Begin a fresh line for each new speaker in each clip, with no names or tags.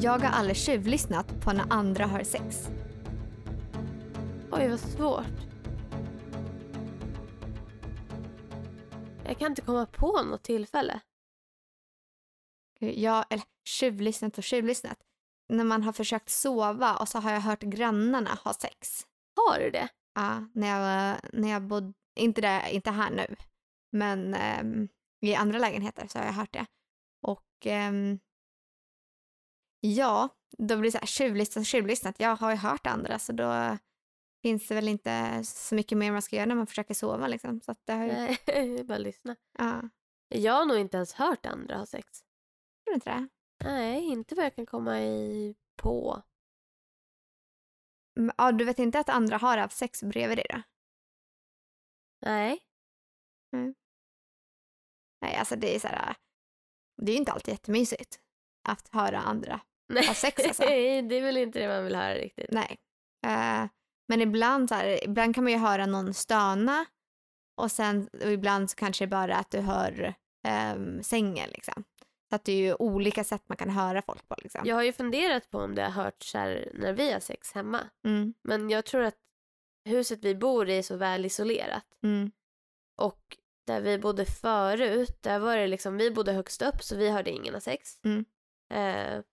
Jag har aldrig tjuvlyssnat på när andra har sex.
Oj, vad svårt. Jag kan inte komma på något tillfälle.
Jag, eller tjuvlyssnat och tjuvlyssnat. När man har försökt sova och så har jag hört grannarna ha sex.
Har du det?
Ja, när jag, var- när jag bodde, inte, där, inte här nu, men ehm, i andra lägenheter så har jag hört det. Och ehm, ja, då blir det så här tjuvlyssnat, tjuvlyssnat. Jag har ju hört andra så då finns det väl inte så mycket mer man ska göra när man försöker sova liksom. Så att det har ju,
Nej, det är bara att lyssna.
ja,
Jag har nog inte ens hört andra ha sex.
tror du inte det?
Nej, inte vad jag kan komma i på.
Men, Mm, Ja, du vet inte att andra har haft sex bredvid dig då?
Nej.
Nej, alltså det är så här, det är ju inte alltid jättemysigt att höra andra
Nej.
ha sex alltså.
Nej, det är väl inte det man vill höra riktigt.
Nej. Eh, men ibland, så här, ibland kan man ju höra någon stöna och, sen, och ibland så kanske det bara är att du hör ehm, sängen. Liksom. Så att det är ju olika sätt man kan höra folk på. Liksom.
Jag har ju funderat på om det har hört så här när vi har sex hemma.
Mm,
Men jag tror att huset vi bor i är så väl isolerat.
mm,
Och där vi bodde förut, där var det liksom, vi bodde högst upp så vi hörde ingen ha sex.
Mm.
Eh,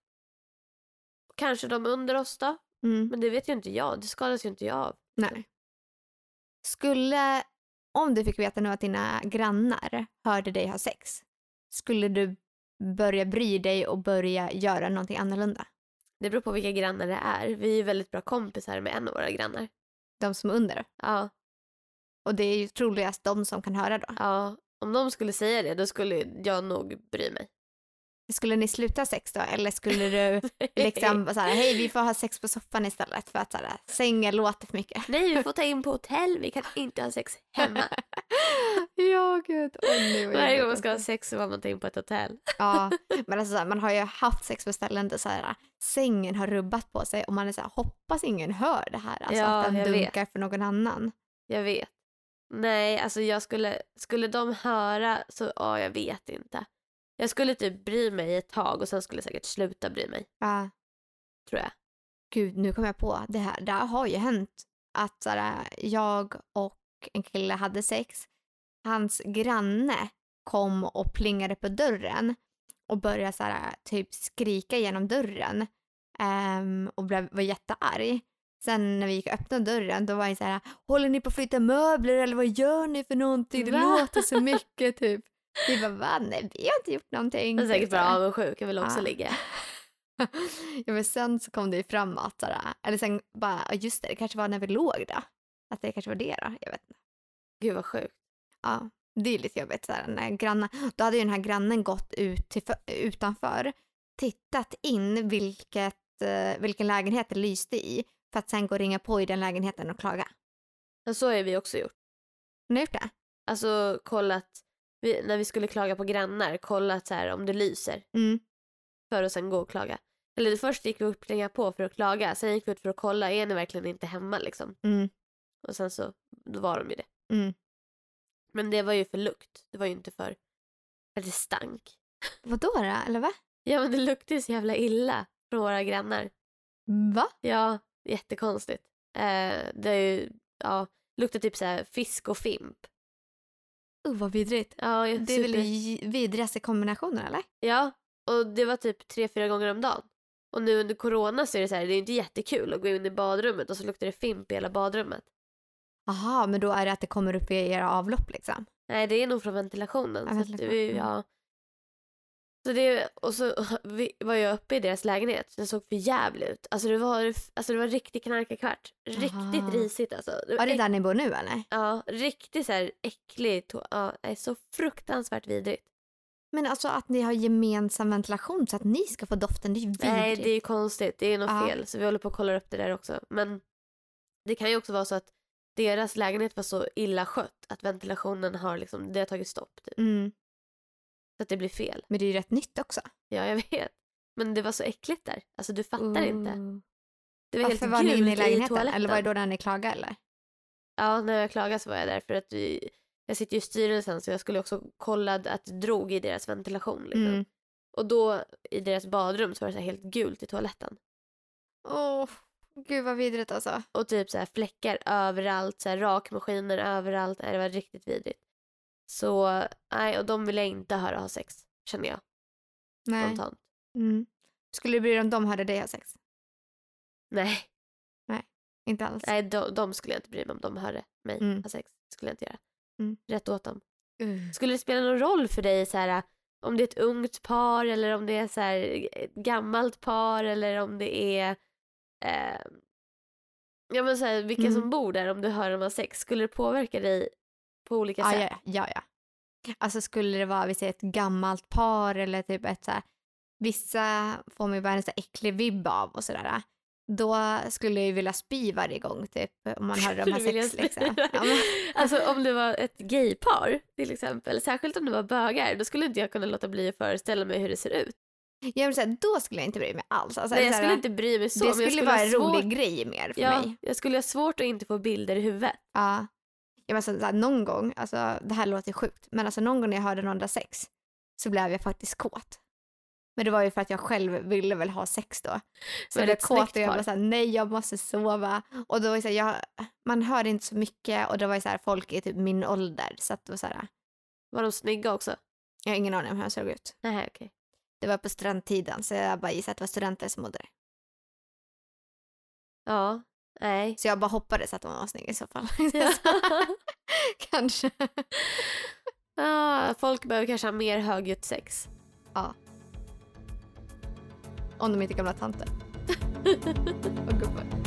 kanske de under oss då,
mm.
men det vet ju inte jag. Det skadas ju inte jag av.
Nej. Skulle, om du fick veta nu att dina grannar hörde dig ha sex, skulle du börja bry dig och börja göra någonting annorlunda?
Det beror på vilka grannar det är. Vi är ju väldigt bra kompisar med en av våra grannar.
De som är under.
Ja,
Och det är ju troligast de som kan höra då.
ja. Om de skulle säga det, då skulle jag nog bry mig.
Skulle ni sluta sex då eller skulle du liksom så här, hej vi får ha sex på soffan istället för att så här, sängen låter för mycket.
Nej, vi får ta in på hotell. Vi kan inte ha sex hemma.
ja gud, åh nej alltså.
Varje gång man ska ha sex så var man ta in på ett hotell.
Ja, men alltså så här, man har ju haft sex på ställen där så här, sängen har rubbat på sig och man är så här, hoppas ingen hör det här, alltså
Ja,
att den
jag vet.
dunkar för någon annan.
Jag vet. Nej, alltså jag skulle, skulle de höra så, ja jag vet inte. Jag skulle typ bry mig ett tag och sen skulle jag säkert sluta bry mig,
Ja,
tror jag.
gud nu kom jag på, det här, det här har ju hänt att så här, jag och en kille hade sex, hans granne kom och plingade på dörren och började så här, typ skrika genom dörren ehm, och blev, var jättearg. Sen när vi gick och öppnade dörren då var han så här, håller ni på att flytta möbler eller vad gör ni för någonting? Det
Va?
låter så mycket typ. Vi bara, va? Nej, vi har inte gjort någonting. Typ
Jag är säkert
Så
bara
här.
avundsjuk, jag vill också
Mm, Ja.
ligga.
ja, men sen så kom det ju fram att, så där, eller sen bara, ja, just det, det kanske var när vi låg då. Att det kanske var det då, jag vet inte.
Gud vad sjukt.
Ja, det är lite jobbigt. Så där, när grannen, då hade ju den här grannen gått ut till, fö- utanför, tittat in vilket, eh, vilken lägenhet det lyste i för att sen gå och ringa på i den lägenheten och klaga.
Men så har vi också gjort.
Har ni gjort det?
Alltså kollat, vi, när vi skulle klaga på grannar, kollat så här om det lyser
Mm.
för att sen gå och klaga. Eller först gick vi och plinga på för att klaga, sen gick vi ut för att kolla, är ni verkligen inte hemma liksom?
Mm.
Och sen så, då var de ju det.
Mm.
Men det var ju för lukt, det var ju inte för att det stank.
Vadå då, eller va?
Ja men det luktade ju så jävla illa från våra grannar.
Va?
Ja, jättekonstigt. Eh, det är ju, ja, luktar typ så här fisk och fimp.
Uh, vad vidrigt.
Ja, jag-
Det är väl
super-
j- vidrigaste kombinationen eller?
ja, och det var typ tre, fyra gånger om dagen. Och nu under corona så är det så här, det är ju inte jättekul att gå in i badrummet och så luktar det fimp i hela badrummet.
Aha, men då är det att det kommer upp i era avlopp liksom.
Nej, det är nog från ventilationen.
Ja,
så att det, är ju-
ventilation,
ja. Så det, och så vi var jag uppe i deras lägenhet. Den såg för jävligt ut. Alltså det var, alltså det var riktig knarkarkvart. Riktigt
Aha.
risigt alltså. Det var
Är det
äck-
där ni bor nu eller?
Ja, riktigt så här äcklig. to- Ja, nej, så fruktansvärt vidrigt.
Men alltså att ni har gemensam ventilation så att ni ska få doften, det är ju vidrigt.
Nej, det är ju konstigt. Det är något
Ja.
fel. Så vi håller på att kolla upp det där också. Men det kan ju också vara så att deras lägenhet var så illa skött att ventilationen har liksom, det har tagit stopp. Typ.
mm.
Så att det blir fel.
Men det är ju rätt nytt också.
Ja, jag vet. Men det var så äckligt där. Alltså du fattar inte.
Ooh.
Det var
Varför
helt
Mm. var ni
gult
inne i lägenheten?
toaletten.
eller var det då när ni klagade eller?
Ja, när jag klagade så var jag där för att vi, jag sitter ju i styrelsen så jag skulle också kolla att det drog i deras ventilation. Liksom.
Mm.
Och då i deras badrum så var det så här helt gult i toaletten.
Åh, gud vad vidrigt alltså.
Och typ så här fläckar överallt, så här rakmaskiner överallt. Nej, det var riktigt vidrigt. Så nej, och de vill jag inte höra ha sex, känner jag
Nej.
spontant.
Mm. Skulle du bry dig om de hörde dig ha sex?
Nej,
Inte alls.
nej de, de skulle jag inte bry mig om de hörde mig
Mm.
ha sex. skulle jag inte göra.
Mm.
Rätt åt dem.
Mm.
Skulle det spela någon roll för dig så här, om det är ett ungt par eller om det är så här, ett gammalt par eller om det är eh, ja, men så här, vilka
Mm.
som bor där om du hör dem ha sex? Skulle det påverka dig på olika
Ja,
sätt?
ja, ja, ja. Alltså skulle det vara, vi säger ett gammalt par eller typ ett så här, vissa får man ju bara en så här äcklig vibb av och sådär. Då skulle jag ju vilja spy varje gång typ om man hörde de här
Skulle vilja
sex liksom.
spy.
Ja, men,
Alltså om det var ett gaypar till exempel, särskilt om det var bögar, då skulle inte jag kunna låta bli att föreställa mig hur det ser ut.
jag vill säga, då skulle jag inte bry mig alls. Alltså,
Nej, jag
så här,
skulle inte bry mig så.
det
men jag
skulle, vara
ha
en
svårt-
rolig grej mer för
ja,
mig.
Jag skulle ha svårt att inte få bilder i huvudet.
Ja. Jag menar så här, någon gång, alltså det här låter sjukt, men alltså någon gång när jag hörde någon där sex så blev jag faktiskt kåt. Men det var ju för att jag själv ville väl ha sex då. Så
Men
jag blev
ett snyggt
kåt och jag
par.
bara såhär, nej jag måste sova. Och då var det så här, jag, man hörde inte så mycket och det var ju såhär folk i typ min ålder så att det var såhär,
Var de snygga också?
jag har ingen aning om hur jag såg ut.
Nej, okej.
Det var på strandtiden så jag bara gissade att det var studenter som mådde det.
Ja, nej.
Så jag bara hoppades att de var snygga i så fall.
Ja.
Kanske.
ah, folk behöver kanske ha mer högljutt sex.
Om de inte är gamla tanter. och gubbar.